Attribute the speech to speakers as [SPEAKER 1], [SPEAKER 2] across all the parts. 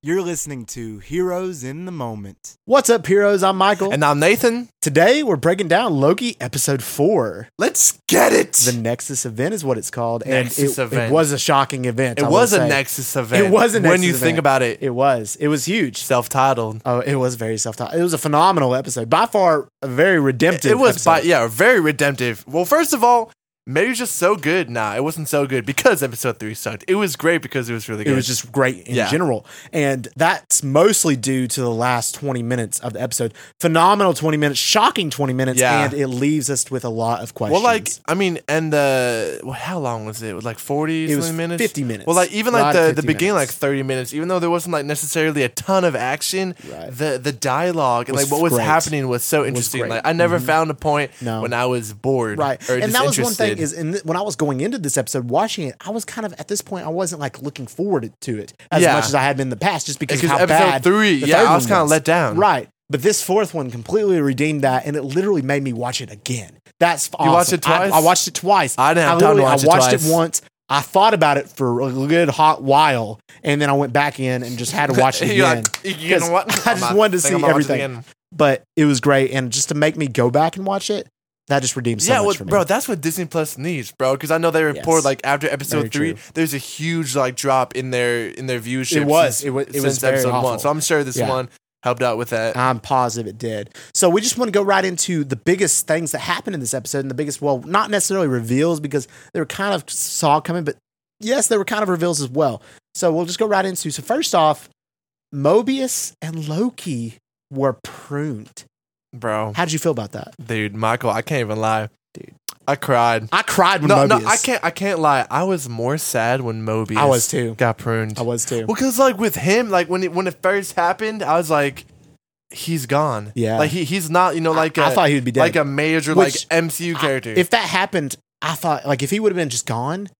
[SPEAKER 1] You're listening to Heroes in the Moment.
[SPEAKER 2] What's up, heroes? I'm Michael.
[SPEAKER 3] And I'm Nathan.
[SPEAKER 2] Today, we're breaking down Loki episode four.
[SPEAKER 3] Let's get it.
[SPEAKER 2] The Nexus event is what it's called.
[SPEAKER 3] Nexus
[SPEAKER 2] and it,
[SPEAKER 3] event.
[SPEAKER 2] it was a shocking event.
[SPEAKER 3] it
[SPEAKER 2] I
[SPEAKER 3] was
[SPEAKER 2] will
[SPEAKER 3] a
[SPEAKER 2] say.
[SPEAKER 3] Nexus event.
[SPEAKER 2] It was a Nexus
[SPEAKER 3] When you think
[SPEAKER 2] event.
[SPEAKER 3] about it,
[SPEAKER 2] It was. It was huge.
[SPEAKER 3] self-titled.
[SPEAKER 2] Oh, it was very self taught. It was a phenomenal episode. By far, a very redemptive
[SPEAKER 3] it was, by,
[SPEAKER 2] episode.
[SPEAKER 3] yeah, very redemptive. Well, first of all, maybe it's just so good. Nah, it wasn't so good because episode three sucked. It was great because it was really good.
[SPEAKER 2] It was just great in
[SPEAKER 3] Yeah.
[SPEAKER 2] general. And that's mostly due to the last 20 minutes of the episode. Phenomenal 20 minutes, shocking 20 minutes,
[SPEAKER 3] Yeah.
[SPEAKER 2] and it leaves us with a lot of questions.
[SPEAKER 3] well, like I mean, and the well, how long was it? It was like forty
[SPEAKER 2] It was
[SPEAKER 3] something minutes,
[SPEAKER 2] 50 minutes.
[SPEAKER 3] Well, like even
[SPEAKER 2] A
[SPEAKER 3] like
[SPEAKER 2] lot of
[SPEAKER 3] the, the
[SPEAKER 2] 50
[SPEAKER 3] beginning, like
[SPEAKER 2] minutes.
[SPEAKER 3] thirty minutes. Even though there wasn't like necessarily a ton of action,
[SPEAKER 2] Right.
[SPEAKER 3] the the dialogue and
[SPEAKER 2] Was
[SPEAKER 3] like what was
[SPEAKER 2] great.
[SPEAKER 3] happening was so interesting.
[SPEAKER 2] great. Mm-hmm.
[SPEAKER 3] like I never found a point
[SPEAKER 2] No.
[SPEAKER 3] when I was bored,
[SPEAKER 2] right
[SPEAKER 3] Or
[SPEAKER 2] and that was one thing
[SPEAKER 3] disinterested.
[SPEAKER 2] is in th- when i was going into this episode watching it i was kind of at this point i wasn't like looking forward to it as
[SPEAKER 3] Yeah.
[SPEAKER 2] much as i had been in the past just because
[SPEAKER 3] Because
[SPEAKER 2] how
[SPEAKER 3] episode
[SPEAKER 2] bad
[SPEAKER 3] three,
[SPEAKER 2] the
[SPEAKER 3] yeah,
[SPEAKER 2] third
[SPEAKER 3] I was
[SPEAKER 2] one
[SPEAKER 3] kinda let down.
[SPEAKER 2] right but this fourth one completely redeemed that and it literally made me watch it again that's awesome.
[SPEAKER 3] You watched it
[SPEAKER 2] I-
[SPEAKER 3] twice?
[SPEAKER 2] I, watched it twice
[SPEAKER 3] I didn't have time to
[SPEAKER 2] literally-
[SPEAKER 3] watch
[SPEAKER 2] i
[SPEAKER 3] it
[SPEAKER 2] watched
[SPEAKER 3] twice.
[SPEAKER 2] it once I thought about it for a good hot while, and then I went back in and just had to watch it
[SPEAKER 3] You're
[SPEAKER 2] again.
[SPEAKER 3] like, you know
[SPEAKER 2] 'Cause
[SPEAKER 3] what?
[SPEAKER 2] I
[SPEAKER 3] I'm
[SPEAKER 2] just
[SPEAKER 3] not-
[SPEAKER 2] wanted to
[SPEAKER 3] think I'm
[SPEAKER 2] see
[SPEAKER 3] gonna watch it
[SPEAKER 2] everything.
[SPEAKER 3] again.
[SPEAKER 2] But it was great, and just to make me go back and watch it, that just redeemed so
[SPEAKER 3] yeah,
[SPEAKER 2] much
[SPEAKER 3] well,
[SPEAKER 2] for me.
[SPEAKER 3] bro, that's what Disney Plus needs, bro. Because I know they report
[SPEAKER 2] Yes.
[SPEAKER 3] like after episode
[SPEAKER 2] Very
[SPEAKER 3] three,
[SPEAKER 2] true.
[SPEAKER 3] there's a huge like drop in their in their viewership.
[SPEAKER 2] It was.
[SPEAKER 3] since-
[SPEAKER 2] It wa- it was
[SPEAKER 3] since
[SPEAKER 2] very
[SPEAKER 3] episode one.
[SPEAKER 2] awful.
[SPEAKER 3] So I'm sure this
[SPEAKER 2] Yeah.
[SPEAKER 3] one helped out with that.
[SPEAKER 2] I'm positive it did. So we just want to go right into the biggest things that happened in this episode and the biggest, well, not necessarily reveals because they were kind of saw coming, but yes, they were kind of reveals as well. So we'll just go right into. So first off, Mobius and Loki were pruned.
[SPEAKER 3] bro,
[SPEAKER 2] How did you feel about that?
[SPEAKER 3] dude, Michael, I can't even lie, dude. I cried.
[SPEAKER 2] I cried when
[SPEAKER 3] No,
[SPEAKER 2] Mobius.
[SPEAKER 3] no, I can't. I can't lie. I was more sad when Mobius.
[SPEAKER 2] I was too.
[SPEAKER 3] Got pruned.
[SPEAKER 2] I was too.
[SPEAKER 3] Well, because like with him, like when it when it first happened, I was like, he's gone.
[SPEAKER 2] Yeah.
[SPEAKER 3] like he he's not. You know, like
[SPEAKER 2] I
[SPEAKER 3] a
[SPEAKER 2] thought he would be dead.
[SPEAKER 3] like a major
[SPEAKER 2] Which-
[SPEAKER 3] like MCU
[SPEAKER 2] I-
[SPEAKER 3] character.
[SPEAKER 2] if that happened, I thought like if he would have been just gone,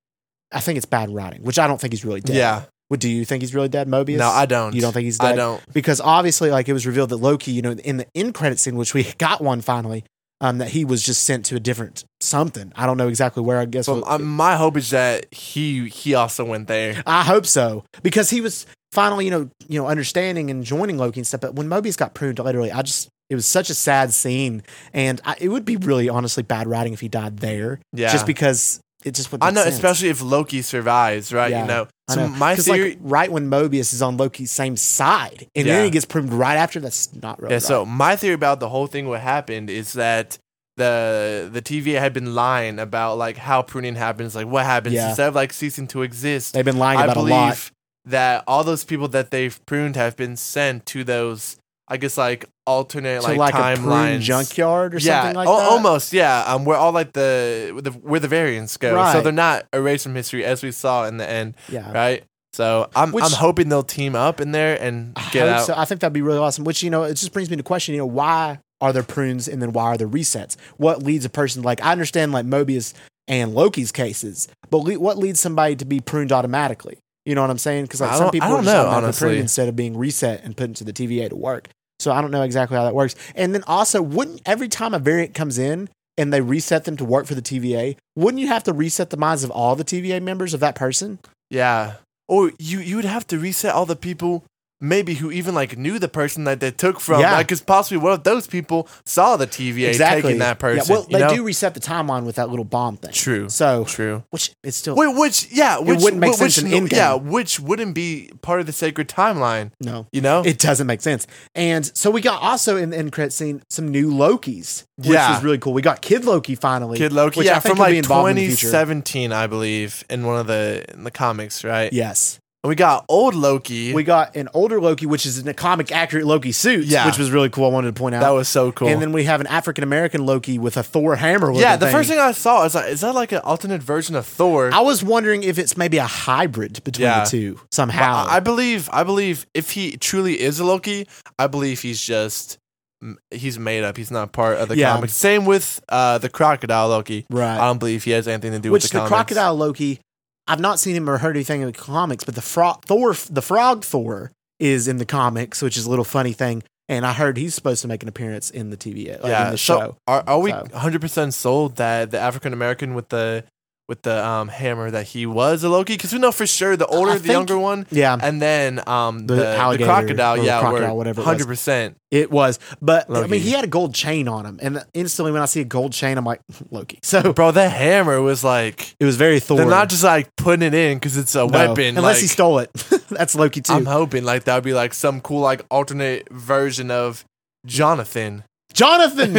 [SPEAKER 2] I think it's bad writing, which I don't think he's really dead.
[SPEAKER 3] yeah,
[SPEAKER 2] What do you think he's really dead, Mobius?
[SPEAKER 3] no, I don't.
[SPEAKER 2] You don't think he's
[SPEAKER 3] I
[SPEAKER 2] dead?
[SPEAKER 3] don't.
[SPEAKER 2] because obviously, like it was revealed that Loki, you know, in the end credit scene, which we got one finally, um, that he was just sent to a different something. I don't know exactly where. I guess.
[SPEAKER 3] So
[SPEAKER 2] what-
[SPEAKER 3] um, my hope is that he he also went there.
[SPEAKER 2] I hope so because he was finally, you know, you know, understanding and joining Loki and stuff. But when Mobius got pruned, literally, I just it was such a sad scene, and I, it would be really honestly bad writing if he died there,
[SPEAKER 3] Yeah,
[SPEAKER 2] just because it just would.
[SPEAKER 3] I know, especially if Loki survives, right?
[SPEAKER 2] Yeah,
[SPEAKER 3] you know,
[SPEAKER 2] I
[SPEAKER 3] so
[SPEAKER 2] know.
[SPEAKER 3] my
[SPEAKER 2] 'Cause,
[SPEAKER 3] theory.
[SPEAKER 2] like, right when Mobius is on Loki's same side, and
[SPEAKER 3] Yeah.
[SPEAKER 2] then he gets pruned right after. That's not really
[SPEAKER 3] yeah,
[SPEAKER 2] right.
[SPEAKER 3] so my theory about the whole thing what happened is that the the TVA had been lying about like how pruning happens, like what happens
[SPEAKER 2] Yeah.
[SPEAKER 3] instead of like ceasing to exist.
[SPEAKER 2] they've been lying
[SPEAKER 3] I
[SPEAKER 2] about a lot.
[SPEAKER 3] believe that all those people that they've pruned have been sent to those, I guess, like alternate
[SPEAKER 2] to
[SPEAKER 3] like,
[SPEAKER 2] like, a prune
[SPEAKER 3] timelines.
[SPEAKER 2] junkyard or
[SPEAKER 3] yeah,
[SPEAKER 2] something like
[SPEAKER 3] al-
[SPEAKER 2] that.
[SPEAKER 3] almost. Yeah, um, where all like the, the where the variants go, so
[SPEAKER 2] Right.
[SPEAKER 3] they're not erased from history as we saw in the end,
[SPEAKER 2] Yeah.
[SPEAKER 3] right? So I'm
[SPEAKER 2] Which-
[SPEAKER 3] I'm hoping they'll team up in there and
[SPEAKER 2] I
[SPEAKER 3] get
[SPEAKER 2] hope
[SPEAKER 3] out.
[SPEAKER 2] So I think that'd be really awesome. Which you know, it just brings me to question. You know, why are there prunes and then why are there resets? What leads a person like I understand like Mobius and Loki's cases, but le- what leads somebody to be pruned automatically? You know what I'm saying? Because
[SPEAKER 3] I
[SPEAKER 2] like
[SPEAKER 3] don't-
[SPEAKER 2] some people
[SPEAKER 3] I
[SPEAKER 2] are
[SPEAKER 3] don't
[SPEAKER 2] just
[SPEAKER 3] know,
[SPEAKER 2] automatically
[SPEAKER 3] honestly.
[SPEAKER 2] pruned instead of being reset and put into the TVA to work. So I don't know exactly how that works. And then also, wouldn't every time a variant comes in and they reset them to work for the TVA, wouldn't you have to reset the minds of all the TVA members of that person?
[SPEAKER 3] Yeah. Or you you would have to reset all the people maybe who even like knew the person that they took from.
[SPEAKER 2] Yeah.
[SPEAKER 3] Like, 'cause possibly one of those people saw the TVA taking that person.
[SPEAKER 2] Yeah, well,
[SPEAKER 3] you
[SPEAKER 2] they
[SPEAKER 3] know?
[SPEAKER 2] do reset the timeline with that little bomb thing.
[SPEAKER 3] True.
[SPEAKER 2] So,
[SPEAKER 3] True.
[SPEAKER 2] which it's still
[SPEAKER 3] Wait, which yeah, which
[SPEAKER 2] wouldn't make
[SPEAKER 3] which,
[SPEAKER 2] sense in
[SPEAKER 3] which-
[SPEAKER 2] Endgame.
[SPEAKER 3] Yeah, which wouldn't be part of the sacred timeline.
[SPEAKER 2] no,
[SPEAKER 3] You know,
[SPEAKER 2] it doesn't make sense. And so we got also in the end credit scene some new Lokis, which
[SPEAKER 3] Yeah.
[SPEAKER 2] was really cool. We got Kid Loki finally,
[SPEAKER 3] Kid Loki.
[SPEAKER 2] which
[SPEAKER 3] yeah,
[SPEAKER 2] I think
[SPEAKER 3] from
[SPEAKER 2] will be
[SPEAKER 3] like
[SPEAKER 2] involved in the future.
[SPEAKER 3] 2017, I believe, in one of the in the comics, right?
[SPEAKER 2] Yes,
[SPEAKER 3] And we got old Loki.
[SPEAKER 2] we got an older Loki, which is in a comic accurate Loki suit,
[SPEAKER 3] Yeah.
[SPEAKER 2] which was really cool. I wanted to point out
[SPEAKER 3] that was so cool.
[SPEAKER 2] And then we have an African American Loki with a Thor hammer.
[SPEAKER 3] yeah, the first thing I saw is like, is that like an alternate version of Thor?
[SPEAKER 2] I was wondering if it's maybe a hybrid between
[SPEAKER 3] Yeah.
[SPEAKER 2] the two
[SPEAKER 3] But
[SPEAKER 2] somehow.
[SPEAKER 3] I I believe I believe if he truly is a Loki, I believe he's just m- he's made up. He's not part of the
[SPEAKER 2] Yeah.
[SPEAKER 3] comics. Same with uh, the crocodile Loki.
[SPEAKER 2] right.
[SPEAKER 3] I don't believe he has anything to do
[SPEAKER 2] which
[SPEAKER 3] with
[SPEAKER 2] the,
[SPEAKER 3] the, comics.
[SPEAKER 2] crocodile Loki. I've not seen him or heard anything in the comics, but the frog Thor, the frog Thor, is in the comics, which is a little funny thing. And I heard he's supposed to make an appearance in the TV, like in the
[SPEAKER 3] so
[SPEAKER 2] show.
[SPEAKER 3] Are, are we
[SPEAKER 2] So.
[SPEAKER 3] 100 percent sold that the African American with the with the um, hammer that he was a Loki because we know for sure the older, the
[SPEAKER 2] think-
[SPEAKER 3] younger one,
[SPEAKER 2] Yeah,
[SPEAKER 3] and then um,
[SPEAKER 2] The
[SPEAKER 3] the, the,
[SPEAKER 2] alligator
[SPEAKER 3] crocodile,
[SPEAKER 2] or
[SPEAKER 3] yeah,
[SPEAKER 2] crocodile, whatever
[SPEAKER 3] whatever,
[SPEAKER 2] it was.
[SPEAKER 3] hundred percent.
[SPEAKER 2] it was. But I
[SPEAKER 3] Loki.
[SPEAKER 2] mean, he had a gold chain on him, and instantly when I see a gold chain, I'm like Loki. So
[SPEAKER 3] Bro, that hammer was like
[SPEAKER 2] it was very Thor.
[SPEAKER 3] they're not just like putting it in because it's a
[SPEAKER 2] No.
[SPEAKER 3] weapon.
[SPEAKER 2] unless
[SPEAKER 3] like,
[SPEAKER 2] he stole it. That's Loki too.
[SPEAKER 3] I'm hoping like that would be like some cool like alternate version of Jonathan.
[SPEAKER 2] Jonathan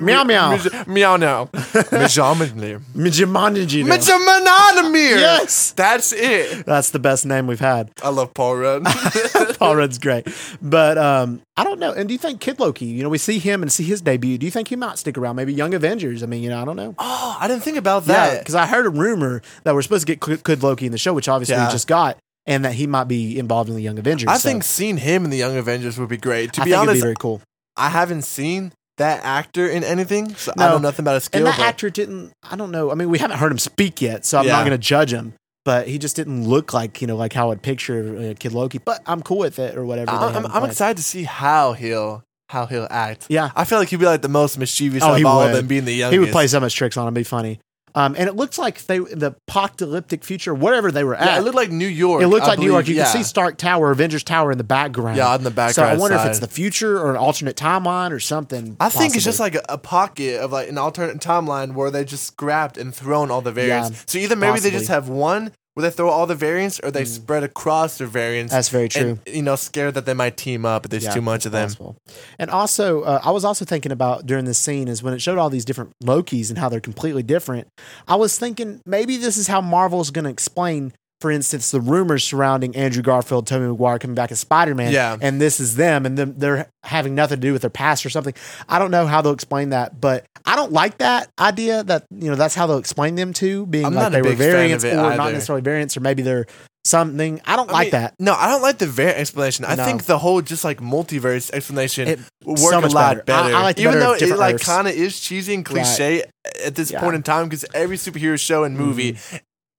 [SPEAKER 3] meow
[SPEAKER 2] meow.
[SPEAKER 3] meow now. Mejominir.
[SPEAKER 2] Mijimanjino.
[SPEAKER 3] Mejominir.
[SPEAKER 2] Yes.
[SPEAKER 3] that's it.
[SPEAKER 2] That's the best name we've had.
[SPEAKER 3] I love Paul Rudd.
[SPEAKER 2] Paul Rudd's great. But um, I don't know. And do you think Kid Loki, you know, we see him and see his debut. Do you think he might stick around? Maybe Young Avengers. I mean, you know, I don't know.
[SPEAKER 3] oh, I didn't think about that.
[SPEAKER 2] Because I heard a rumor that we're supposed to get Kid- Kid Loki in the show, which obviously
[SPEAKER 3] Yeah.
[SPEAKER 2] we just got, and that he might be involved in the Young Avengers.
[SPEAKER 3] I
[SPEAKER 2] So
[SPEAKER 3] think seeing him in the Young Avengers would be great. To
[SPEAKER 2] I
[SPEAKER 3] be
[SPEAKER 2] think it'd
[SPEAKER 3] honest,
[SPEAKER 2] very cool.
[SPEAKER 3] I haven't seen that actor in anything, so I
[SPEAKER 2] No.
[SPEAKER 3] know nothing about his skill.
[SPEAKER 2] And that
[SPEAKER 3] but-
[SPEAKER 2] actor didn't, I don't know. I mean, we haven't heard him speak yet, so I'm not
[SPEAKER 3] Yeah.
[SPEAKER 2] going to judge him. But he just didn't look like, you know, like how I'd picture uh, Kid Loki. But I'm cool with it or whatever. they
[SPEAKER 3] I-
[SPEAKER 2] have
[SPEAKER 3] I'm,
[SPEAKER 2] him
[SPEAKER 3] I'm
[SPEAKER 2] play.
[SPEAKER 3] excited to see how he'll how he'll act.
[SPEAKER 2] Yeah.
[SPEAKER 3] I feel like he'd be like the most mischievous
[SPEAKER 2] Oh, he
[SPEAKER 3] of all of
[SPEAKER 2] would.
[SPEAKER 3] them, being the youngest.
[SPEAKER 2] He would play so much tricks on him, be funny. Um, and it looks like they the apocalyptic future, whatever they were
[SPEAKER 3] Yeah,
[SPEAKER 2] at.
[SPEAKER 3] it looked like New York.
[SPEAKER 2] it looked
[SPEAKER 3] I
[SPEAKER 2] like New York. You
[SPEAKER 3] believe,
[SPEAKER 2] can see
[SPEAKER 3] yeah.
[SPEAKER 2] Stark Tower, Avengers Tower in the background.
[SPEAKER 3] yeah, on the background.
[SPEAKER 2] so I wonder if it's
[SPEAKER 3] side.
[SPEAKER 2] the future or an alternate timeline or something.
[SPEAKER 3] I think it's just like a, a pocket of like an alternate timeline where they just grabbed and thrown all the variants.
[SPEAKER 2] Yeah,
[SPEAKER 3] so either maybe they just
[SPEAKER 2] possibly.
[SPEAKER 3] have one where they throw all the variants, or they
[SPEAKER 2] Mm.
[SPEAKER 3] spread across the variants.
[SPEAKER 2] that's very true.
[SPEAKER 3] and, you know, scared that they might team up if there's
[SPEAKER 2] Yeah,
[SPEAKER 3] too much of them.
[SPEAKER 2] Possible. And also, uh, I was also thinking about during this scene is when it showed all these different Lokis and how they're completely different. I was thinking maybe this is how Marvel is going to explain, for instance, the rumors surrounding Andrew Garfield, Tobey Maguire coming back as Spider Man.
[SPEAKER 3] Yeah.
[SPEAKER 2] And this is them, and them, they're having nothing to do with their past or something. I don't know how they'll explain that, but I don't like that idea that, you know, that's how they'll explain them to being
[SPEAKER 3] I'm
[SPEAKER 2] like
[SPEAKER 3] not a
[SPEAKER 2] they were
[SPEAKER 3] big fan of
[SPEAKER 2] variants or
[SPEAKER 3] it
[SPEAKER 2] not
[SPEAKER 3] either.
[SPEAKER 2] necessarily variants, or maybe they're something. I don't
[SPEAKER 3] I
[SPEAKER 2] like
[SPEAKER 3] mean,
[SPEAKER 2] that.
[SPEAKER 3] No, I don't like the variant explanation. I
[SPEAKER 2] No.
[SPEAKER 3] think the whole just like multiverse explanation
[SPEAKER 2] It-
[SPEAKER 3] work
[SPEAKER 2] so
[SPEAKER 3] a
[SPEAKER 2] much
[SPEAKER 3] lot
[SPEAKER 2] better. I-
[SPEAKER 3] better.
[SPEAKER 2] I like the
[SPEAKER 3] Even
[SPEAKER 2] better
[SPEAKER 3] though
[SPEAKER 2] of
[SPEAKER 3] it
[SPEAKER 2] different
[SPEAKER 3] like
[SPEAKER 2] Earths.
[SPEAKER 3] kind of is cheesy and cliche at this
[SPEAKER 2] Yeah. Mm.
[SPEAKER 3] point in time because every superhero show and movie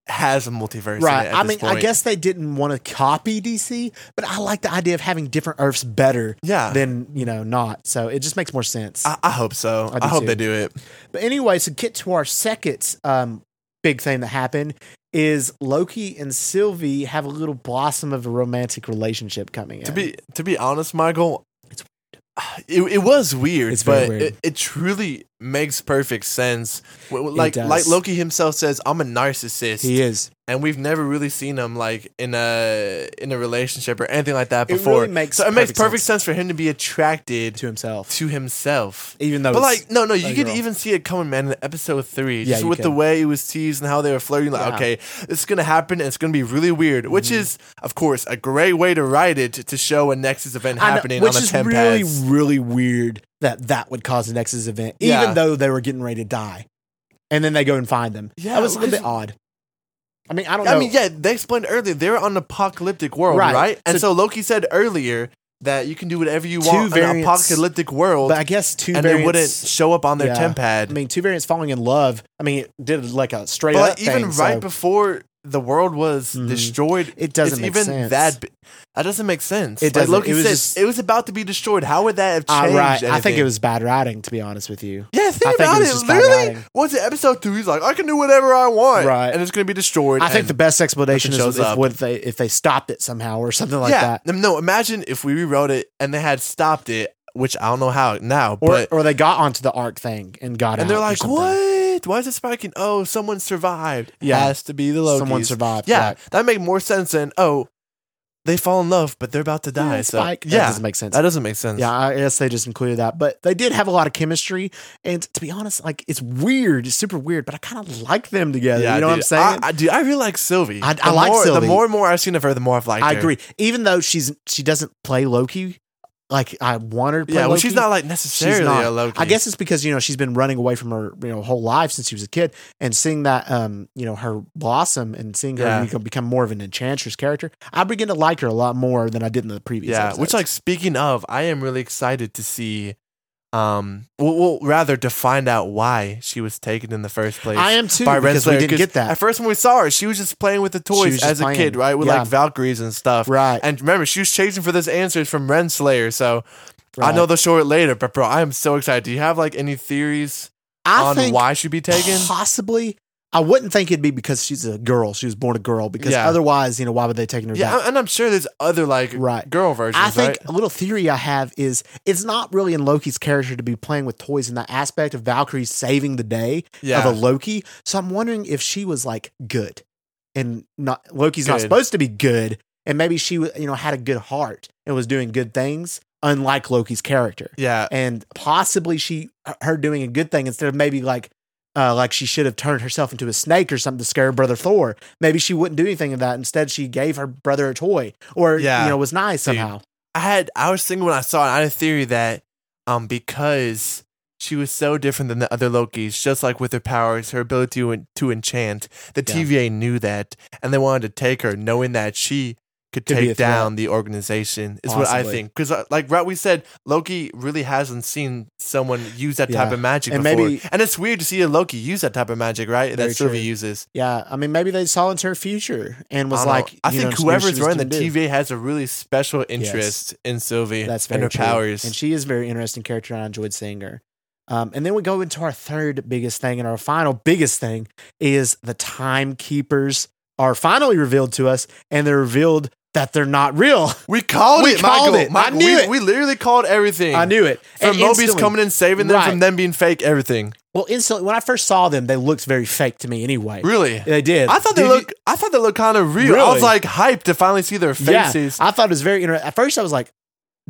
[SPEAKER 3] has a multiverse.
[SPEAKER 2] Right.
[SPEAKER 3] In it at
[SPEAKER 2] I
[SPEAKER 3] this
[SPEAKER 2] mean, I
[SPEAKER 3] point.
[SPEAKER 2] guess they didn't want to copy DC, but I like the idea of having different Earths better
[SPEAKER 3] Yeah.
[SPEAKER 2] than, you know, not. So it just makes more sense.
[SPEAKER 3] I, I hope so.
[SPEAKER 2] I
[SPEAKER 3] I,
[SPEAKER 2] do
[SPEAKER 3] hope
[SPEAKER 2] too.
[SPEAKER 3] they do it.
[SPEAKER 2] but anyway, to get to our second um, big thing that happened is Loki and Sylvie have a little blossom of a romantic relationship coming in.
[SPEAKER 3] To be to be honest, Michael, it, it was weird,
[SPEAKER 2] It's very
[SPEAKER 3] but
[SPEAKER 2] weird.
[SPEAKER 3] It, it truly makes perfect sense. W- w-
[SPEAKER 2] It
[SPEAKER 3] Like
[SPEAKER 2] does.
[SPEAKER 3] like Loki himself says, I'm a narcissist.
[SPEAKER 2] he is.
[SPEAKER 3] and we've never really seen him like in a in a relationship or anything like that
[SPEAKER 2] It
[SPEAKER 3] before.
[SPEAKER 2] really makes
[SPEAKER 3] so it makes
[SPEAKER 2] perfect
[SPEAKER 3] perfect sense. for him to be attracted
[SPEAKER 2] To
[SPEAKER 3] to,
[SPEAKER 2] himself.
[SPEAKER 3] himself.
[SPEAKER 2] Even though
[SPEAKER 3] But
[SPEAKER 2] it's-
[SPEAKER 3] like no no you
[SPEAKER 2] a
[SPEAKER 3] could
[SPEAKER 2] girl.
[SPEAKER 3] even see it coming man in episode 3
[SPEAKER 2] Yeah,
[SPEAKER 3] just
[SPEAKER 2] you
[SPEAKER 3] with the
[SPEAKER 2] could.
[SPEAKER 3] way it was teased and how they were flirting like
[SPEAKER 2] Yeah. Mm-hmm.
[SPEAKER 3] okay this is going to happen and it's going to be really weird which is of course a great way to write it to show a Nexus event
[SPEAKER 2] I know,
[SPEAKER 3] happening
[SPEAKER 2] which
[SPEAKER 3] on a
[SPEAKER 2] is
[SPEAKER 3] 10
[SPEAKER 2] really,
[SPEAKER 3] pass.
[SPEAKER 2] really weird that that would cause a Nexus event, even
[SPEAKER 3] Yeah.
[SPEAKER 2] though they were getting ready to die. And then they go and find them.
[SPEAKER 3] Yeah,
[SPEAKER 2] that was a little
[SPEAKER 3] why
[SPEAKER 2] bit odd. I mean, I don't know.
[SPEAKER 3] I mean, yeah, they explained earlier they're on an apocalyptic world,
[SPEAKER 2] Right.
[SPEAKER 3] right? And
[SPEAKER 2] So-
[SPEAKER 3] so Loki said earlier that you can do whatever you
[SPEAKER 2] Two
[SPEAKER 3] want in an
[SPEAKER 2] variants.
[SPEAKER 3] apocalyptic world.
[SPEAKER 2] But I guess two
[SPEAKER 3] and
[SPEAKER 2] variants.
[SPEAKER 3] they wouldn't show up on their
[SPEAKER 2] Yeah.
[SPEAKER 3] temp
[SPEAKER 2] I
[SPEAKER 3] pad.
[SPEAKER 2] mean, two variants falling in love. I mean, it did like a straight
[SPEAKER 3] but
[SPEAKER 2] up
[SPEAKER 3] even
[SPEAKER 2] thing,
[SPEAKER 3] right
[SPEAKER 2] so
[SPEAKER 3] before the world was
[SPEAKER 2] Mhm.
[SPEAKER 3] destroyed,
[SPEAKER 2] it doesn't
[SPEAKER 3] it's
[SPEAKER 2] make
[SPEAKER 3] even
[SPEAKER 2] sense.
[SPEAKER 3] that b- that doesn't make sense.
[SPEAKER 2] It
[SPEAKER 3] like
[SPEAKER 2] doesn't.
[SPEAKER 3] Loki
[SPEAKER 2] It was
[SPEAKER 3] says,
[SPEAKER 2] just-
[SPEAKER 3] it was about to be destroyed. How would that have
[SPEAKER 2] Uh,
[SPEAKER 3] changed?
[SPEAKER 2] right. I think
[SPEAKER 3] anything?
[SPEAKER 2] it was bad writing, to be honest with you. I
[SPEAKER 3] Yeah, think
[SPEAKER 2] think it
[SPEAKER 3] about
[SPEAKER 2] was
[SPEAKER 3] it.
[SPEAKER 2] just bad
[SPEAKER 3] Literally,
[SPEAKER 2] writing.
[SPEAKER 3] what's it? Episode two, he's like, I can do whatever I want,
[SPEAKER 2] Right.
[SPEAKER 3] And it's gonna be destroyed.
[SPEAKER 2] I think the
[SPEAKER 3] and-
[SPEAKER 2] best explanation is
[SPEAKER 3] shows
[SPEAKER 2] if,
[SPEAKER 3] up.
[SPEAKER 2] what they, if they stopped it somehow or something like
[SPEAKER 3] yeah,
[SPEAKER 2] that.
[SPEAKER 3] no, no. Imagine if we rewrote it and they had stopped it, which I don't know how now,
[SPEAKER 2] Or,
[SPEAKER 3] but
[SPEAKER 2] or they got onto the arc thing and got out
[SPEAKER 3] and they're
[SPEAKER 2] or
[SPEAKER 3] like,
[SPEAKER 2] something.
[SPEAKER 3] what? Why is it spiking? Oh, someone survived.
[SPEAKER 2] Yeah.
[SPEAKER 3] has to be the Loki.
[SPEAKER 2] Someone survived.
[SPEAKER 3] Yeah,
[SPEAKER 2] right.
[SPEAKER 3] that made more sense than oh, they fall in love, but they're about to die.
[SPEAKER 2] Yeah,
[SPEAKER 3] so
[SPEAKER 2] Spike.
[SPEAKER 3] yeah,
[SPEAKER 2] That doesn't make sense.
[SPEAKER 3] make sense.
[SPEAKER 2] Yeah, I guess they just included that. But they did have a lot of chemistry. And to be honest, like it's weird. It's super weird, but I kind of like them together.
[SPEAKER 3] Yeah,
[SPEAKER 2] you know what I'm
[SPEAKER 3] dude.
[SPEAKER 2] saying?
[SPEAKER 3] I, I, dude, I really like Sylvie.
[SPEAKER 2] I- I
[SPEAKER 3] The
[SPEAKER 2] like
[SPEAKER 3] more,
[SPEAKER 2] Sylvie.
[SPEAKER 3] The more and more I've seen of her, the more I've liked
[SPEAKER 2] I
[SPEAKER 3] her.
[SPEAKER 2] agree. Even though she's she doesn't play Loki, like I want her to play
[SPEAKER 3] Yeah, well,
[SPEAKER 2] Loki.
[SPEAKER 3] she's not like
[SPEAKER 2] she's
[SPEAKER 3] necessarily
[SPEAKER 2] not.
[SPEAKER 3] a Loki.
[SPEAKER 2] I guess it's because you know she's been running away from her you know whole life since she was a kid, and seeing that um you know her blossom and seeing her
[SPEAKER 3] Yeah.
[SPEAKER 2] become, become more of an enchantress character, I begin to like her a lot more than I did in the previous.
[SPEAKER 3] Yeah,
[SPEAKER 2] episodes.
[SPEAKER 3] which like speaking of, I am really excited to see. Um, well, well, rather to find out why she was taken in the first place.
[SPEAKER 2] I am too
[SPEAKER 3] by Red
[SPEAKER 2] because we
[SPEAKER 3] Slayer,
[SPEAKER 2] didn't
[SPEAKER 3] 'cause
[SPEAKER 2] get that
[SPEAKER 3] At first, when we saw her, she was just playing with the
[SPEAKER 2] was
[SPEAKER 3] toys
[SPEAKER 2] just
[SPEAKER 3] as a
[SPEAKER 2] playing.
[SPEAKER 3] kid, right? With
[SPEAKER 2] Yeah.
[SPEAKER 3] like Valkyries and stuff.
[SPEAKER 2] right.
[SPEAKER 3] And remember, she was chasing for those answers from Renslayer. So
[SPEAKER 2] right.
[SPEAKER 3] I know they'll show it later, but bro, I am so excited. Do you have like any theories
[SPEAKER 2] I
[SPEAKER 3] on
[SPEAKER 2] think
[SPEAKER 3] why she'd be taken?
[SPEAKER 2] Possibly. I wouldn't think it'd be because she's a girl. She was born a girl. Because
[SPEAKER 3] Yeah.
[SPEAKER 2] otherwise, you know, why would they take her
[SPEAKER 3] Yeah,
[SPEAKER 2] back?
[SPEAKER 3] and I'm sure there's other like
[SPEAKER 2] Right.
[SPEAKER 3] girl versions.
[SPEAKER 2] I think
[SPEAKER 3] right?
[SPEAKER 2] a little theory I have is it's not really in Loki's character to be playing with toys in that aspect of Valkyrie saving the day
[SPEAKER 3] yeah,
[SPEAKER 2] of a Loki. So I'm wondering if she was like good and not Loki's not
[SPEAKER 3] Good.
[SPEAKER 2] supposed to be good, and maybe she wa- you know had a good heart and was doing good things, unlike Loki's character.
[SPEAKER 3] yeah,
[SPEAKER 2] And possibly she her doing a good thing instead of maybe like. Uh, like she should have turned herself into a snake or something to scare her brother Thor. Maybe she wouldn't do anything of that. Instead, she gave her brother a toy, or
[SPEAKER 3] Yeah.
[SPEAKER 2] you know, was nice
[SPEAKER 3] Dude.
[SPEAKER 2] somehow.
[SPEAKER 3] I had I was thinking when I saw it, I had a theory that um because she was so different than the other Lokis, just like with her powers, her ability to, en- to enchant, the
[SPEAKER 2] Yeah.
[SPEAKER 3] TVA knew that, and they wanted to take her, knowing that she could,
[SPEAKER 2] Could be a
[SPEAKER 3] take
[SPEAKER 2] threat.
[SPEAKER 3] down the organization. Is what I
[SPEAKER 2] Possibly.
[SPEAKER 3] think because like right we said, Loki really hasn't seen someone use that type
[SPEAKER 2] Yeah.
[SPEAKER 3] of magic
[SPEAKER 2] And
[SPEAKER 3] before,
[SPEAKER 2] maybe-
[SPEAKER 3] and it's weird to see a Loki use that type of magic, right?
[SPEAKER 2] Very
[SPEAKER 3] That Sylvie
[SPEAKER 2] true.
[SPEAKER 3] uses.
[SPEAKER 2] Yeah, I mean, maybe they saw into her future and was
[SPEAKER 3] I don't know.
[SPEAKER 2] like,
[SPEAKER 3] I
[SPEAKER 2] you know,
[SPEAKER 3] think
[SPEAKER 2] just maybe she
[SPEAKER 3] whoever's
[SPEAKER 2] was
[SPEAKER 3] running the
[SPEAKER 2] gonna do.
[SPEAKER 3] TVA has a really special interest in Sylvie
[SPEAKER 2] That's very
[SPEAKER 3] and her
[SPEAKER 2] true.
[SPEAKER 3] powers.
[SPEAKER 2] and she is a very interesting character, and I enjoyed seeing her. Um, and then we go into our third biggest thing, and our final biggest thing is the timekeepers are finally revealed to us, and they're revealed that they're not real.
[SPEAKER 3] We called
[SPEAKER 2] We
[SPEAKER 3] it,
[SPEAKER 2] called it.
[SPEAKER 3] Michael.
[SPEAKER 2] I
[SPEAKER 3] Mi-
[SPEAKER 2] knew
[SPEAKER 3] we,
[SPEAKER 2] it.
[SPEAKER 3] we literally called everything.
[SPEAKER 2] I knew it.
[SPEAKER 3] From
[SPEAKER 2] And
[SPEAKER 3] Mobius
[SPEAKER 2] instantly-
[SPEAKER 3] coming and saving them,
[SPEAKER 2] Right.
[SPEAKER 3] from them being fake, everything.
[SPEAKER 2] Well, instantly when I first saw them, they looked very fake to me. Anyway,
[SPEAKER 3] Really?
[SPEAKER 2] they did.
[SPEAKER 3] I thought they
[SPEAKER 2] Did you-
[SPEAKER 3] look. I thought they looked kind of real. I
[SPEAKER 2] Really?
[SPEAKER 3] was like hyped to finally see their faces.
[SPEAKER 2] Yeah, I thought it was very interesting. At first, I was like,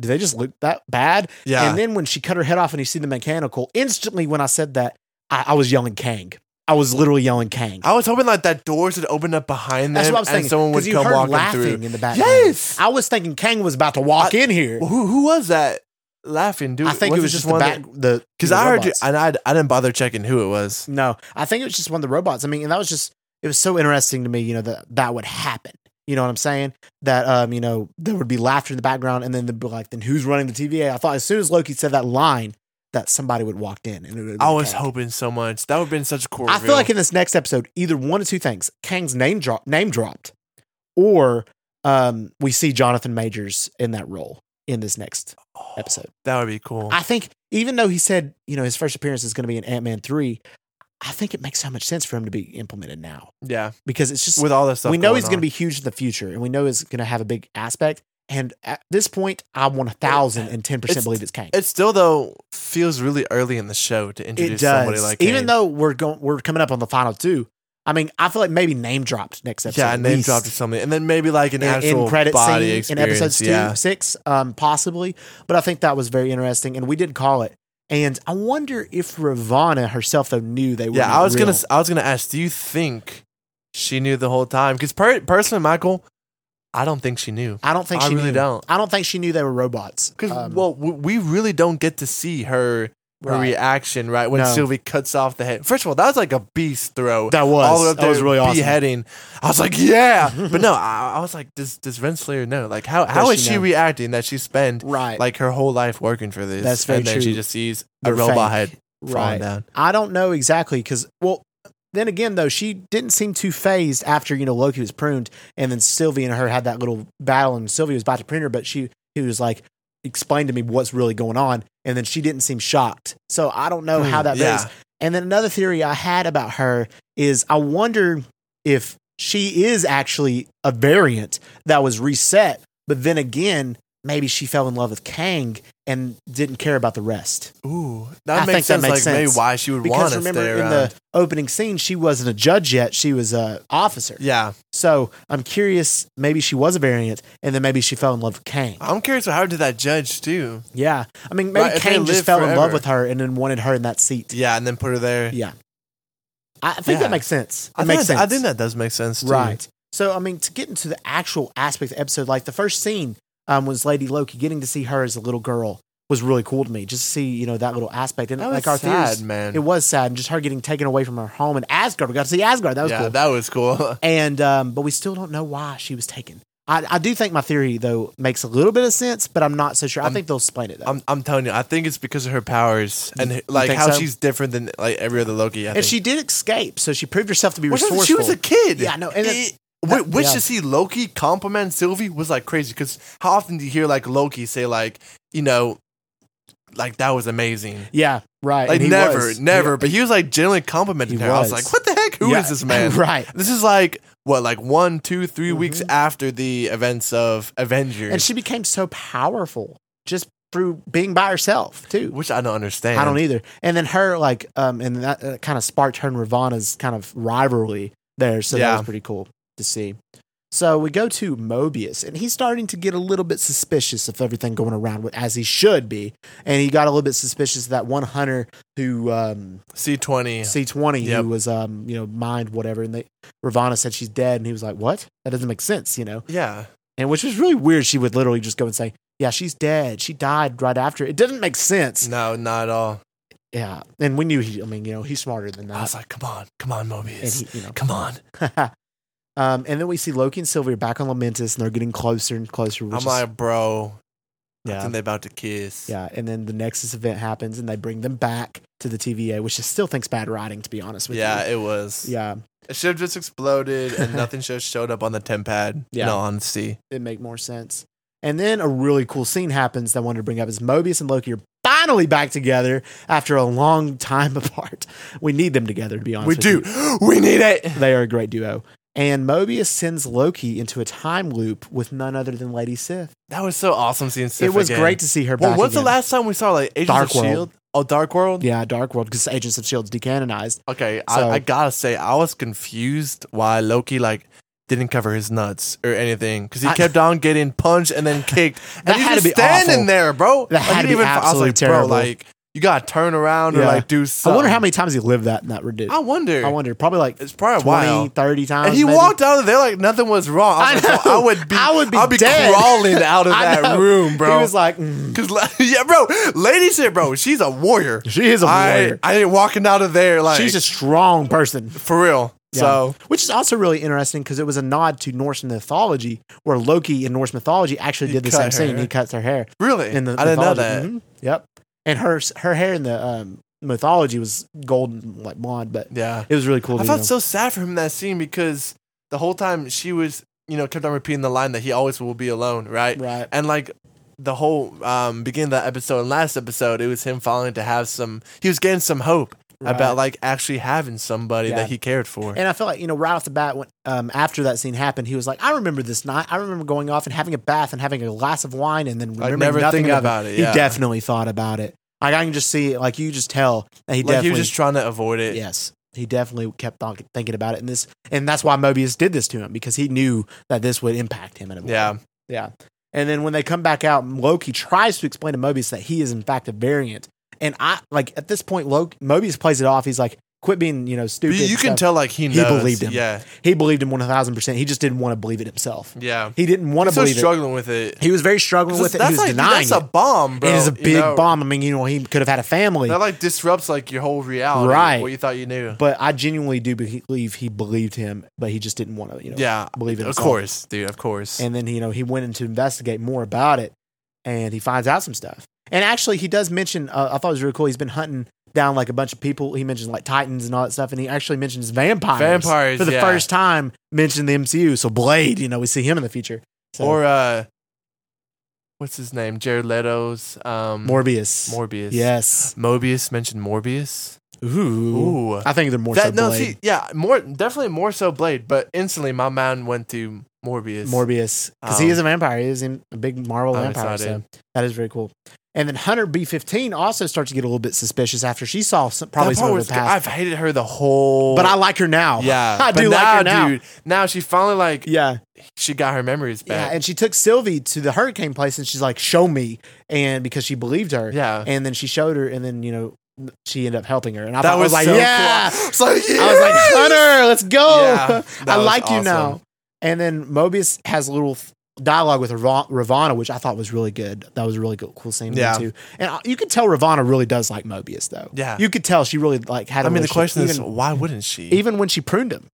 [SPEAKER 2] "Do they just look that bad?"
[SPEAKER 3] Yeah.
[SPEAKER 2] And then when she cut her head off and you see the mechanical, instantly when I said that, I, I was yelling Kang. I was literally yelling Kang.
[SPEAKER 3] I, was hoping like that doors would open up behind them,
[SPEAKER 2] That's what I was
[SPEAKER 3] Oh, and
[SPEAKER 2] thinking.
[SPEAKER 3] someone would
[SPEAKER 2] 'cause you
[SPEAKER 3] come
[SPEAKER 2] heard
[SPEAKER 3] walking
[SPEAKER 2] laughing
[SPEAKER 3] through.
[SPEAKER 2] in the background.
[SPEAKER 3] Yes.
[SPEAKER 2] I was thinking Kang was about to walk
[SPEAKER 3] I-
[SPEAKER 2] in here.
[SPEAKER 3] Well, who who was that laughing? Dude,
[SPEAKER 2] I think it was just the back. The
[SPEAKER 3] Because
[SPEAKER 2] the
[SPEAKER 3] I heard you,
[SPEAKER 2] robots.
[SPEAKER 3] and I, I didn't bother checking who it was.
[SPEAKER 2] No, I think it was just one of the robots. I mean, and that was just it was so interesting to me, you know, that that would happen. You know what I'm saying? That um, you know, there would be laughter in the background, and then they'd be like, then who's running the TVA? I thought as soon as Loki said that line, that somebody would walked in. And it would
[SPEAKER 3] I was
[SPEAKER 2] Kang.
[SPEAKER 3] hoping so much. That would have been such a cool.
[SPEAKER 2] I feel
[SPEAKER 3] reveal.
[SPEAKER 2] like in this next episode, either one of two things: Kang's name drop, name dropped, or um, we see Jonathan Majors in that role in this next
[SPEAKER 3] Oh,
[SPEAKER 2] episode.
[SPEAKER 3] that would be cool.
[SPEAKER 2] I think even though he said, you know, his first appearance is going to be in Ant Man 3, I think it makes so much sense for him to be implemented now
[SPEAKER 3] yeah,
[SPEAKER 2] because it's just,
[SPEAKER 3] with all this stuff,
[SPEAKER 2] we know
[SPEAKER 3] going
[SPEAKER 2] he's going to
[SPEAKER 3] on.
[SPEAKER 2] be huge in the future and we know he's going to have a big aspect. And at this point, I 1010%
[SPEAKER 3] It's-
[SPEAKER 2] believe it's Kang.
[SPEAKER 3] It still though feels really early in the show to
[SPEAKER 2] It
[SPEAKER 3] introduce somebody
[SPEAKER 2] does.
[SPEAKER 3] like
[SPEAKER 2] even
[SPEAKER 3] Kane.
[SPEAKER 2] though we're going, we're coming up on the final two. I mean, I feel like maybe name dropped next episode.
[SPEAKER 3] yeah,
[SPEAKER 2] at
[SPEAKER 3] and name
[SPEAKER 2] least.
[SPEAKER 3] dropped or something, and then maybe like an
[SPEAKER 2] in,
[SPEAKER 3] actual
[SPEAKER 2] in credit
[SPEAKER 3] body
[SPEAKER 2] scene in
[SPEAKER 3] experience.
[SPEAKER 2] episodes two,
[SPEAKER 3] yeah.
[SPEAKER 2] six, um, possibly. But I think that was very interesting, and we did call it. And I wonder if Ravana herself though knew they were.
[SPEAKER 3] yeah,
[SPEAKER 2] not
[SPEAKER 3] I was
[SPEAKER 2] real.
[SPEAKER 3] gonna I was gonna ask, do you think she knew the whole time? Because per- personally, Michael, I don't think she knew.
[SPEAKER 2] I don't think
[SPEAKER 3] I
[SPEAKER 2] she
[SPEAKER 3] really
[SPEAKER 2] knew.
[SPEAKER 3] don't.
[SPEAKER 2] I don't think she knew they were robots.
[SPEAKER 3] Because
[SPEAKER 2] Um,
[SPEAKER 3] well, w- we really don't get to see her. Her
[SPEAKER 2] Right.
[SPEAKER 3] reaction, right when
[SPEAKER 2] No.
[SPEAKER 3] Sylvie cuts off the head. First of all, that was like a beast throw.
[SPEAKER 2] that was
[SPEAKER 3] all the way up
[SPEAKER 2] that was
[SPEAKER 3] there
[SPEAKER 2] really awesome.
[SPEAKER 3] beheading. I was like, yeah, but no, I, I was like, does does Renslayer know? Like, how how
[SPEAKER 2] Does
[SPEAKER 3] is
[SPEAKER 2] she
[SPEAKER 3] she,
[SPEAKER 2] know?
[SPEAKER 3] reacting that she spent
[SPEAKER 2] Right,
[SPEAKER 3] like her whole life working for this?
[SPEAKER 2] That's very
[SPEAKER 3] And then
[SPEAKER 2] true.
[SPEAKER 3] she just sees a
[SPEAKER 2] They're
[SPEAKER 3] robot
[SPEAKER 2] fake.
[SPEAKER 3] head falling down.
[SPEAKER 2] I don't know exactly because well, then again though she didn't seem too phased after you know Loki was pruned, and then Sylvie and her had that little battle, and Sylvie was about to prune her, but she he was like, explain to me what's really going on, and then she didn't seem shocked. So I don't know Oh, how that
[SPEAKER 3] Hmm, yeah.
[SPEAKER 2] varies. And then another theory I had about her is I wonder if she is actually a variant that was reset, but then again. Maybe she fell in love with Kang and didn't care about the rest
[SPEAKER 3] Ooh, that
[SPEAKER 2] I think that
[SPEAKER 3] makes sense.
[SPEAKER 2] makes
[SPEAKER 3] like
[SPEAKER 2] sense.
[SPEAKER 3] maybe why she would want
[SPEAKER 2] because
[SPEAKER 3] to
[SPEAKER 2] remember
[SPEAKER 3] stay
[SPEAKER 2] in
[SPEAKER 3] around.
[SPEAKER 2] the opening scene she wasn't a judge yet she was a officer
[SPEAKER 3] yeah,
[SPEAKER 2] so i'm curious maybe she was a variant and then maybe she fell in love with kang
[SPEAKER 3] I'm curious what happened to that judge too.
[SPEAKER 2] yeah i mean maybe
[SPEAKER 3] Right, if they
[SPEAKER 2] kang just
[SPEAKER 3] lived
[SPEAKER 2] fell in love
[SPEAKER 3] forever.
[SPEAKER 2] with her and then wanted her in that seat
[SPEAKER 3] Yeah, and then put her there.
[SPEAKER 2] yeah i, I think
[SPEAKER 3] Yeah.
[SPEAKER 2] that makes sense it
[SPEAKER 3] I
[SPEAKER 2] makes
[SPEAKER 3] think
[SPEAKER 2] sense
[SPEAKER 3] that- I think that does make sense. Too.
[SPEAKER 2] Right. So, I mean, to get into the actual aspect of the episode, like the first scene um, was Lady Loki getting to see her as a little girl was really cool to me. Just to see, you know, that little aspect. And
[SPEAKER 3] That
[SPEAKER 2] like
[SPEAKER 3] was
[SPEAKER 2] our
[SPEAKER 3] sad,
[SPEAKER 2] theories,
[SPEAKER 3] man.
[SPEAKER 2] it was sad. And just her getting taken away from her home in Asgard. We got to see Asgard. That was
[SPEAKER 3] yeah,
[SPEAKER 2] cool.
[SPEAKER 3] that was cool.
[SPEAKER 2] and, um, but we still don't know why she was taken. I, I do think my theory, though, makes a little bit of sense, but I'm not so sure. i
[SPEAKER 3] I'm-
[SPEAKER 2] think they'll explain it, though.
[SPEAKER 3] I'm, I'm telling you, I think it's because of her powers and her- like
[SPEAKER 2] think
[SPEAKER 3] how
[SPEAKER 2] so?
[SPEAKER 3] she's different than like every other Loki. I
[SPEAKER 2] and
[SPEAKER 3] think.
[SPEAKER 2] she did escape, so she proved herself to be
[SPEAKER 3] Well, she-
[SPEAKER 2] resourceful.
[SPEAKER 3] She was a kid.
[SPEAKER 2] Yeah, no, and
[SPEAKER 3] It-
[SPEAKER 2] that-
[SPEAKER 3] wh- which
[SPEAKER 2] yeah.
[SPEAKER 3] to see Loki compliment Sylvie was like crazy because how often do you hear like Loki say like you know like that was amazing
[SPEAKER 2] yeah, Right.
[SPEAKER 3] Like
[SPEAKER 2] and he
[SPEAKER 3] never,
[SPEAKER 2] was.
[SPEAKER 3] never. But he was like generally complimenting
[SPEAKER 2] He
[SPEAKER 3] her. I was
[SPEAKER 2] was.
[SPEAKER 3] like, what the heck? Who is
[SPEAKER 2] Yeah.
[SPEAKER 3] this man?
[SPEAKER 2] right.
[SPEAKER 3] This is like what, like one, two, three weeks
[SPEAKER 2] Mhm.
[SPEAKER 3] after the events of Avengers,
[SPEAKER 2] And she became so powerful just through being by herself, too.
[SPEAKER 3] which I don't understand.
[SPEAKER 2] I don't e-, either. And then her, like, um, and that uh, kind of sparked her and Ravana's kind of rivalry there. So that
[SPEAKER 3] Yeah.
[SPEAKER 2] was pretty cool to see. So we go to Mobius, and he's starting to get a little bit suspicious of everything going around, with- as he should be. And he got a little bit suspicious of that one hunter who um,
[SPEAKER 3] C twenty.
[SPEAKER 2] C twenty
[SPEAKER 3] Yep.
[SPEAKER 2] who was um you know mind whatever, and they Ravana said she's dead, and he was like, "What? That doesn't make sense," you know.
[SPEAKER 3] Yeah,
[SPEAKER 2] And which was really weird. She would literally just go and say, "Yeah, she's dead. She died right after." It doesn't make sense.
[SPEAKER 3] no, not at all.
[SPEAKER 2] Yeah, and we knew he. I mean, you know, he's smarter than
[SPEAKER 3] I
[SPEAKER 2] that.
[SPEAKER 3] was like, come on, come on,
[SPEAKER 2] And
[SPEAKER 3] Mobius,
[SPEAKER 2] he, you know,
[SPEAKER 3] come on.
[SPEAKER 2] um, and then we see Loki and Sylvia back on Lamentus, and they're getting closer and closer. Which
[SPEAKER 3] I'm
[SPEAKER 2] is-
[SPEAKER 3] like, bro, I
[SPEAKER 2] yeah,
[SPEAKER 3] think they about to kiss.
[SPEAKER 2] yeah. And then the Nexus event happens, and they bring them back to the TVA, which is still thinks bad writing, to be honest with
[SPEAKER 3] yeah,
[SPEAKER 2] you.
[SPEAKER 3] it was. Yeah,
[SPEAKER 2] Yeah,
[SPEAKER 3] it should have just exploded and nothing should have showed up on the temp pad.
[SPEAKER 2] Yeah.
[SPEAKER 3] Yeah, no, honesty.
[SPEAKER 2] it make more sense. And then a really cool scene happens that I wanted to bring up is Mobius and Loki are finally back together after a long time apart. We need them together, to be honest.
[SPEAKER 3] We
[SPEAKER 2] with
[SPEAKER 3] do.
[SPEAKER 2] you.
[SPEAKER 3] We need it.
[SPEAKER 2] They are a great duo. And Mobius sends Loki into a time loop with none other than Lady Sith.
[SPEAKER 3] That was so awesome seeing. Sif
[SPEAKER 2] it was
[SPEAKER 3] again.
[SPEAKER 2] great to see her
[SPEAKER 3] Well,
[SPEAKER 2] back.
[SPEAKER 3] when's the
[SPEAKER 2] again.
[SPEAKER 3] last time we saw like Agents
[SPEAKER 2] Dark
[SPEAKER 3] of
[SPEAKER 2] World.
[SPEAKER 3] Shield? Oh, Dark World.
[SPEAKER 2] Yeah, Dark World because Agents of Shield's E decanonized.
[SPEAKER 3] Okay,
[SPEAKER 2] So-
[SPEAKER 3] I, I gotta say, I was confused why Loki like didn't cover his nuts or anything because he
[SPEAKER 2] I-
[SPEAKER 3] kept on getting punched and then kicked. And
[SPEAKER 2] That
[SPEAKER 3] he's
[SPEAKER 2] had to
[SPEAKER 3] just
[SPEAKER 2] be
[SPEAKER 3] standing
[SPEAKER 2] awful.
[SPEAKER 3] there, bro.
[SPEAKER 2] That had
[SPEAKER 3] he
[SPEAKER 2] to be
[SPEAKER 3] even- I was
[SPEAKER 2] absolutely
[SPEAKER 3] like,
[SPEAKER 2] terrible.
[SPEAKER 3] Bro, like you gotta turn around or
[SPEAKER 2] Yeah.
[SPEAKER 3] like do
[SPEAKER 2] I
[SPEAKER 3] something.
[SPEAKER 2] wonder how many times he lived that in that redu-
[SPEAKER 3] I wonder.
[SPEAKER 2] I wonder, probably like
[SPEAKER 3] It's probably a
[SPEAKER 2] 20,
[SPEAKER 3] while.
[SPEAKER 2] 30 times.
[SPEAKER 3] And he
[SPEAKER 2] Um, maybe.
[SPEAKER 3] walked out of there like nothing was wrong. I, was
[SPEAKER 2] I
[SPEAKER 3] like,
[SPEAKER 2] know.
[SPEAKER 3] I would be,
[SPEAKER 2] I would be
[SPEAKER 3] I'd be
[SPEAKER 2] dead.
[SPEAKER 3] crawling out of
[SPEAKER 2] I
[SPEAKER 3] that
[SPEAKER 2] know.
[SPEAKER 3] room, bro.
[SPEAKER 2] He was like, mm,
[SPEAKER 3] Cause like, yeah, bro, lady shit, bro. She's a warrior.
[SPEAKER 2] she is a
[SPEAKER 3] I
[SPEAKER 2] warrior.
[SPEAKER 3] I ain't walking out of there like
[SPEAKER 2] She's a strong person.
[SPEAKER 3] for real.
[SPEAKER 2] Yeah.
[SPEAKER 3] So
[SPEAKER 2] Which is also really interesting because it was a nod to Norse mythology, where Loki in Norse mythology actually
[SPEAKER 3] He
[SPEAKER 2] did the same
[SPEAKER 3] cut
[SPEAKER 2] scene.
[SPEAKER 3] her.
[SPEAKER 2] He cuts her hair
[SPEAKER 3] really,
[SPEAKER 2] in the.
[SPEAKER 3] I didn't know
[SPEAKER 2] mythology.
[SPEAKER 3] that.
[SPEAKER 2] Mhm. Yep, and her her hair in the um, mythology was golden, like blonde, but
[SPEAKER 3] Yeah,
[SPEAKER 2] it was really cool.
[SPEAKER 3] I
[SPEAKER 2] to
[SPEAKER 3] felt
[SPEAKER 2] know.
[SPEAKER 3] so sad for him in that scene because the whole time she was, you know, kept on repeating the line that he always will be alone, right?
[SPEAKER 2] right.
[SPEAKER 3] And like the whole um beginning of that episode and last episode, it was him finally to have some. He was getting some hope
[SPEAKER 2] Right.
[SPEAKER 3] about like actually having somebody
[SPEAKER 2] Yeah.
[SPEAKER 3] that he cared for.
[SPEAKER 2] And I feel like, you know, right off the bat, when, um, after that scene happened, he was like, I remember this night. I remember going off and having a bath and having a glass of wine and then
[SPEAKER 3] Like,
[SPEAKER 2] remembering
[SPEAKER 3] never
[SPEAKER 2] nothing
[SPEAKER 3] thinking
[SPEAKER 2] of
[SPEAKER 3] about it,
[SPEAKER 2] He
[SPEAKER 3] yeah.
[SPEAKER 2] definitely thought about it. Like, I can just see, it. like, you just tell that he
[SPEAKER 3] like he
[SPEAKER 2] definitely,
[SPEAKER 3] was just trying to avoid it.
[SPEAKER 2] yes, he definitely kept on thinking about it. And this, and that's why Mobius did this to him because he knew that this would impact him in a way.
[SPEAKER 3] Yeah.
[SPEAKER 2] Yeah. And then when they come back out, Loki tries to explain to Mobius that he is in fact a variant. And I like at this point, Loki Mobius plays it off. He's like, "Quit being, you know,
[SPEAKER 3] But
[SPEAKER 2] stupid."
[SPEAKER 3] you
[SPEAKER 2] and
[SPEAKER 3] can
[SPEAKER 2] stuff."
[SPEAKER 3] tell like he
[SPEAKER 2] He
[SPEAKER 3] knows.
[SPEAKER 2] believed him.
[SPEAKER 3] Yeah.
[SPEAKER 2] He believed him one thousand percent. He just didn't want to believe it himself.
[SPEAKER 3] Yeah.
[SPEAKER 2] He didn't want
[SPEAKER 3] I'm
[SPEAKER 2] to
[SPEAKER 3] so
[SPEAKER 2] believe
[SPEAKER 3] struggling with it.
[SPEAKER 2] it. He was very struggling with
[SPEAKER 3] That's
[SPEAKER 2] it. He was
[SPEAKER 3] like
[SPEAKER 2] denying
[SPEAKER 3] that's a
[SPEAKER 2] it.
[SPEAKER 3] bomb, bro.
[SPEAKER 2] it is a
[SPEAKER 3] you
[SPEAKER 2] big
[SPEAKER 3] know?
[SPEAKER 2] bomb. I mean, you know, he could have had a family,
[SPEAKER 3] That like disrupts like your whole reality,
[SPEAKER 2] Right.
[SPEAKER 3] What you thought you knew.
[SPEAKER 2] but I genuinely do believe he believed him, but he just didn't want to, you know,
[SPEAKER 3] yeah,
[SPEAKER 2] believe it.
[SPEAKER 3] of
[SPEAKER 2] himself.
[SPEAKER 3] course, dude. Of course.
[SPEAKER 2] And then, you know, he went in to investigate more about it and he finds out some stuff. And actually, he does mention, uh, I thought it was really cool. He's been hunting down like a bunch of people. He mentions like Titans and all that stuff. And he actually mentions vampires.
[SPEAKER 3] Vampires,
[SPEAKER 2] For the
[SPEAKER 3] yeah.
[SPEAKER 2] first time, mentioned the MCU. So Blade, you know, we see him in the future. So,
[SPEAKER 3] or uh, what's his name? Jared Leto's um
[SPEAKER 2] Morbius.
[SPEAKER 3] Morbius.
[SPEAKER 2] Yes.
[SPEAKER 3] Mobius mentioned Morbius.
[SPEAKER 2] Ooh.
[SPEAKER 3] Ooh.
[SPEAKER 2] I think they're more
[SPEAKER 3] that
[SPEAKER 2] so
[SPEAKER 3] no,
[SPEAKER 2] Blade.
[SPEAKER 3] see, yeah, more definitely more so Blade, but instantly my mind went to Morbius.
[SPEAKER 2] Morbius. Because he
[SPEAKER 3] Oh.
[SPEAKER 2] is a vampire. He is in a big Marvel
[SPEAKER 3] I'm
[SPEAKER 2] vampire. So
[SPEAKER 3] excited.
[SPEAKER 2] that is very cool. And then Hunter B15 also starts to get a little bit suspicious after she saw some, probably
[SPEAKER 3] That
[SPEAKER 2] some
[SPEAKER 3] part
[SPEAKER 2] of
[SPEAKER 3] was
[SPEAKER 2] the
[SPEAKER 3] good.
[SPEAKER 2] past.
[SPEAKER 3] I've hated her the whole.
[SPEAKER 2] but I like her now.
[SPEAKER 3] yeah,
[SPEAKER 2] I
[SPEAKER 3] But
[SPEAKER 2] do like her now.
[SPEAKER 3] dude. Now she finally like
[SPEAKER 2] Yeah.
[SPEAKER 3] she got her memories
[SPEAKER 2] Yeah.
[SPEAKER 3] back.
[SPEAKER 2] And she took Sylvie to the hurricane place and she's like, show me. And because she believed her.
[SPEAKER 3] Yeah,
[SPEAKER 2] And then she showed her and then, you know, she ended up helping her. And I
[SPEAKER 3] that
[SPEAKER 2] thought,
[SPEAKER 3] was,
[SPEAKER 2] I was like,
[SPEAKER 3] so
[SPEAKER 2] yeah.
[SPEAKER 3] Cool. It's like,
[SPEAKER 2] I was like,
[SPEAKER 3] yes!
[SPEAKER 2] Hunter, let's go.
[SPEAKER 3] Yeah, that
[SPEAKER 2] I
[SPEAKER 3] was
[SPEAKER 2] like you now.
[SPEAKER 3] awesome.
[SPEAKER 2] And then Mobius has a little th- dialogue with Rav- Ravana, which I thought was really good. That was a really cool, cool scene there,
[SPEAKER 3] Yeah.
[SPEAKER 2] too. And I, you could tell Ravana really does like Mobius though.
[SPEAKER 3] Yeah.
[SPEAKER 2] You could tell she really like had.
[SPEAKER 3] I
[SPEAKER 2] a
[SPEAKER 3] mean, the
[SPEAKER 2] relationship,
[SPEAKER 3] question is,
[SPEAKER 2] even-
[SPEAKER 3] why wouldn't she?
[SPEAKER 2] even when she pruned him,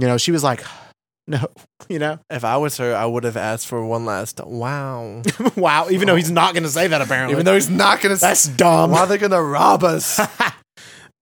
[SPEAKER 2] you know, she was like, no, you know.
[SPEAKER 3] if I was her, I would have asked for one last wow.
[SPEAKER 2] wow, even though he's not going to say that apparently.
[SPEAKER 3] even though he's not gonna.
[SPEAKER 2] that's
[SPEAKER 3] That's
[SPEAKER 2] dumb.
[SPEAKER 3] why they gonna rob us?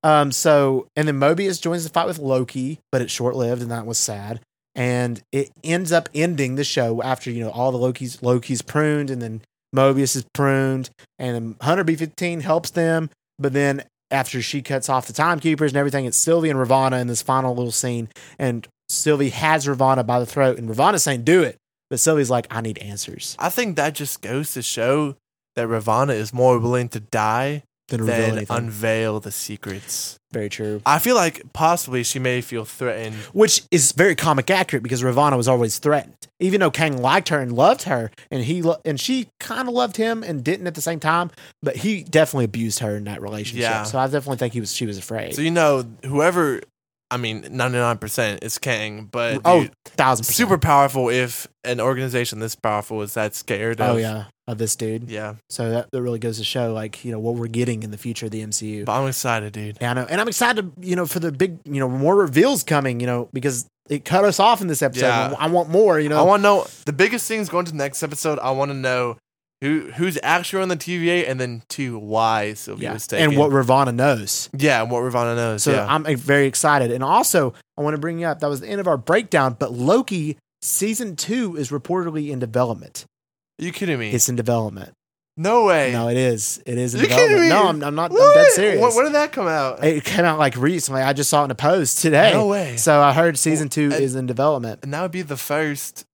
[SPEAKER 2] um so and then Mobius joins the fight with Loki, but it's short-lived and that was sad. And it ends up ending the show after, you know, all the Loki's Loki's pruned and then Mobius is pruned and then Hunter B15 helps them, but then after she cuts off the timekeepers and everything, it's Sylvie and Ravana in this final little scene. And Sylvie has Ravana by the throat, and Ravana's saying, Do it. But Sylvie's like, I need answers.
[SPEAKER 3] I think that just goes to show that Ravana is more willing to die
[SPEAKER 2] Then reveal
[SPEAKER 3] than
[SPEAKER 2] anything.
[SPEAKER 3] unveil the secrets.
[SPEAKER 2] very true.
[SPEAKER 3] I feel like possibly she may feel threatened.
[SPEAKER 2] Which is very comic accurate because Ravana was always threatened. Even though Kang liked her and loved her, and he lo- and she kind of loved him and didn't at the same time, but he definitely abused her in that relationship.
[SPEAKER 3] Yeah.
[SPEAKER 2] So I definitely think he was she was afraid.
[SPEAKER 3] So you know, whoever, I mean, ninety nine percent is Kang, but
[SPEAKER 2] oh,
[SPEAKER 3] dude,
[SPEAKER 2] thousand percent.
[SPEAKER 3] super powerful. If an organization this powerful is that scared of,
[SPEAKER 2] Oh yeah, of this dude.
[SPEAKER 3] yeah.
[SPEAKER 2] So that, that really goes to show, like you know, what we're getting in the future of the MCU.
[SPEAKER 3] But I'm excited, dude.
[SPEAKER 2] Yeah, I know, and I'm excited, you know, for the big, you know, more reveals coming, you know, because it cut us off in this episode.
[SPEAKER 3] Yeah.
[SPEAKER 2] I want more, you know.
[SPEAKER 3] I want to know the biggest things going to the next episode. I want to know who who's actually on the TVA, and then two why Sylvia
[SPEAKER 2] yeah.
[SPEAKER 3] was taken,
[SPEAKER 2] and what Ravana knows.
[SPEAKER 3] yeah, and what Ravana knows.
[SPEAKER 2] So
[SPEAKER 3] yeah.
[SPEAKER 2] I'm uh, very excited, and also I want to bring you up. That was the end of our breakdown, but Loki season two is reportedly in development.
[SPEAKER 3] you kidding me?
[SPEAKER 2] It's in development.
[SPEAKER 3] no way.
[SPEAKER 2] No, it is. It is in
[SPEAKER 3] You're kidding
[SPEAKER 2] development. No,
[SPEAKER 3] me.
[SPEAKER 2] I'm, I'm not. I'm
[SPEAKER 3] What?
[SPEAKER 2] dead serious.
[SPEAKER 3] When, when did that come out?
[SPEAKER 2] it came out like recently. I just saw it in a post today.
[SPEAKER 3] No way.
[SPEAKER 2] So I heard season two
[SPEAKER 3] Well, I-
[SPEAKER 2] is in development
[SPEAKER 3] and that would be the first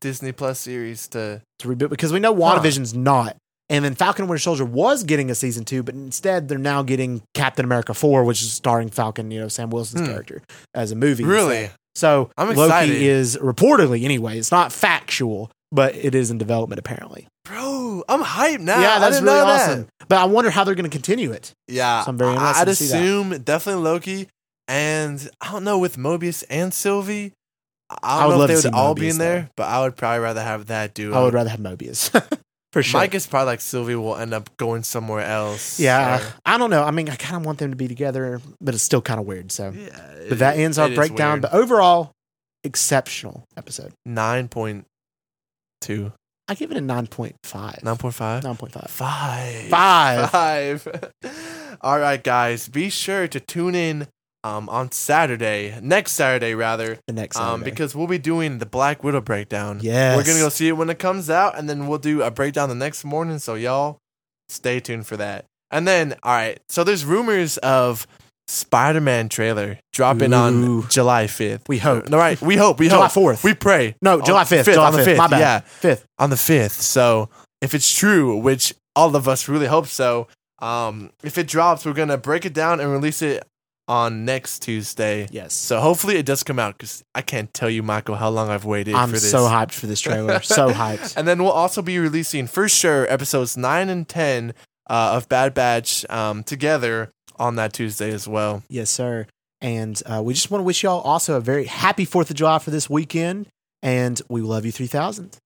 [SPEAKER 3] Disney Plus series to.
[SPEAKER 2] to reboot because we know WandaVision's not. And then Falcon and Winter Soldier was getting a season two, but instead they're now getting Captain America 4, which is starring Falcon, you know, Sam Wilson's
[SPEAKER 3] Hmm.
[SPEAKER 2] character as a movie.
[SPEAKER 3] Really?
[SPEAKER 2] So
[SPEAKER 3] I'm excited.
[SPEAKER 2] Loki is reportedly, anyway, it's not factual, but it is in development apparently.
[SPEAKER 3] Bro, I'm hyped now.
[SPEAKER 2] yeah,
[SPEAKER 3] I
[SPEAKER 2] that's
[SPEAKER 3] didn't
[SPEAKER 2] really
[SPEAKER 3] know that.
[SPEAKER 2] awesome. But I wonder how they're going to continue it.
[SPEAKER 3] Yeah,
[SPEAKER 2] So I'm very
[SPEAKER 3] I-
[SPEAKER 2] interested
[SPEAKER 3] I'd
[SPEAKER 2] to see that.
[SPEAKER 3] assume definitely Loki, and I don't know with Mobius and Sylvie. I-
[SPEAKER 2] I would
[SPEAKER 3] I don't know
[SPEAKER 2] love
[SPEAKER 3] if they
[SPEAKER 2] to
[SPEAKER 3] would
[SPEAKER 2] see
[SPEAKER 3] all be
[SPEAKER 2] Mobius
[SPEAKER 3] in
[SPEAKER 2] there.
[SPEAKER 3] there, but I would probably rather have that duo.
[SPEAKER 2] I would rather have Mobius for sure.
[SPEAKER 3] My guess probably like Sylvie will end up going somewhere else.
[SPEAKER 2] yeah,
[SPEAKER 3] or-
[SPEAKER 2] I don't know. I mean, I kind of want them to be together, but it's still kind of weird. So.
[SPEAKER 3] yeah
[SPEAKER 2] But that ends our breakdown. But overall, exceptional episode.
[SPEAKER 3] nine point two,
[SPEAKER 2] I give it a 9.5.
[SPEAKER 3] nine point five,
[SPEAKER 2] 9.5.
[SPEAKER 3] five,
[SPEAKER 2] Five.
[SPEAKER 3] Five. All right, guys, be sure to tune in um, on Saturday, next Saturday rather,
[SPEAKER 2] The next
[SPEAKER 3] um,
[SPEAKER 2] Saturday.
[SPEAKER 3] because we'll be doing the Black Widow breakdown.
[SPEAKER 2] Yes.
[SPEAKER 3] We're gonna go see it when it comes out, and then we'll do a breakdown the next morning. So y'all, stay tuned for that. And then, all right. So there's rumors of Spider-Man trailer dropping
[SPEAKER 2] Ooh.
[SPEAKER 3] on July 5th.
[SPEAKER 2] We hope.
[SPEAKER 3] All right, we hope. We
[SPEAKER 2] July
[SPEAKER 3] hope.
[SPEAKER 2] 4th.
[SPEAKER 3] We pray.
[SPEAKER 2] no,
[SPEAKER 3] On-
[SPEAKER 2] July 5th.
[SPEAKER 3] fifth,
[SPEAKER 2] July
[SPEAKER 3] on the
[SPEAKER 2] 5th.
[SPEAKER 3] fifth,
[SPEAKER 2] My bad.
[SPEAKER 3] yeah.
[SPEAKER 2] 5th.
[SPEAKER 3] on the 5th. So if it's true, which all of us really hope so, um, if it drops, we're going to break it down and release it on next Tuesday.
[SPEAKER 2] Yes.
[SPEAKER 3] So hopefully it does come out because I can't tell you, Michael, how long I've waited
[SPEAKER 2] I'm
[SPEAKER 3] for this.
[SPEAKER 2] so hyped for this trailer. so hyped.
[SPEAKER 3] And then we'll also be releasing for sure episodes 9 and 10 uh, of Bad Batch um, together on that Tuesday as well.
[SPEAKER 2] Yes, sir. And uh, we just want to wish y'all also a very happy 4th of July for this weekend. And we love you 3000.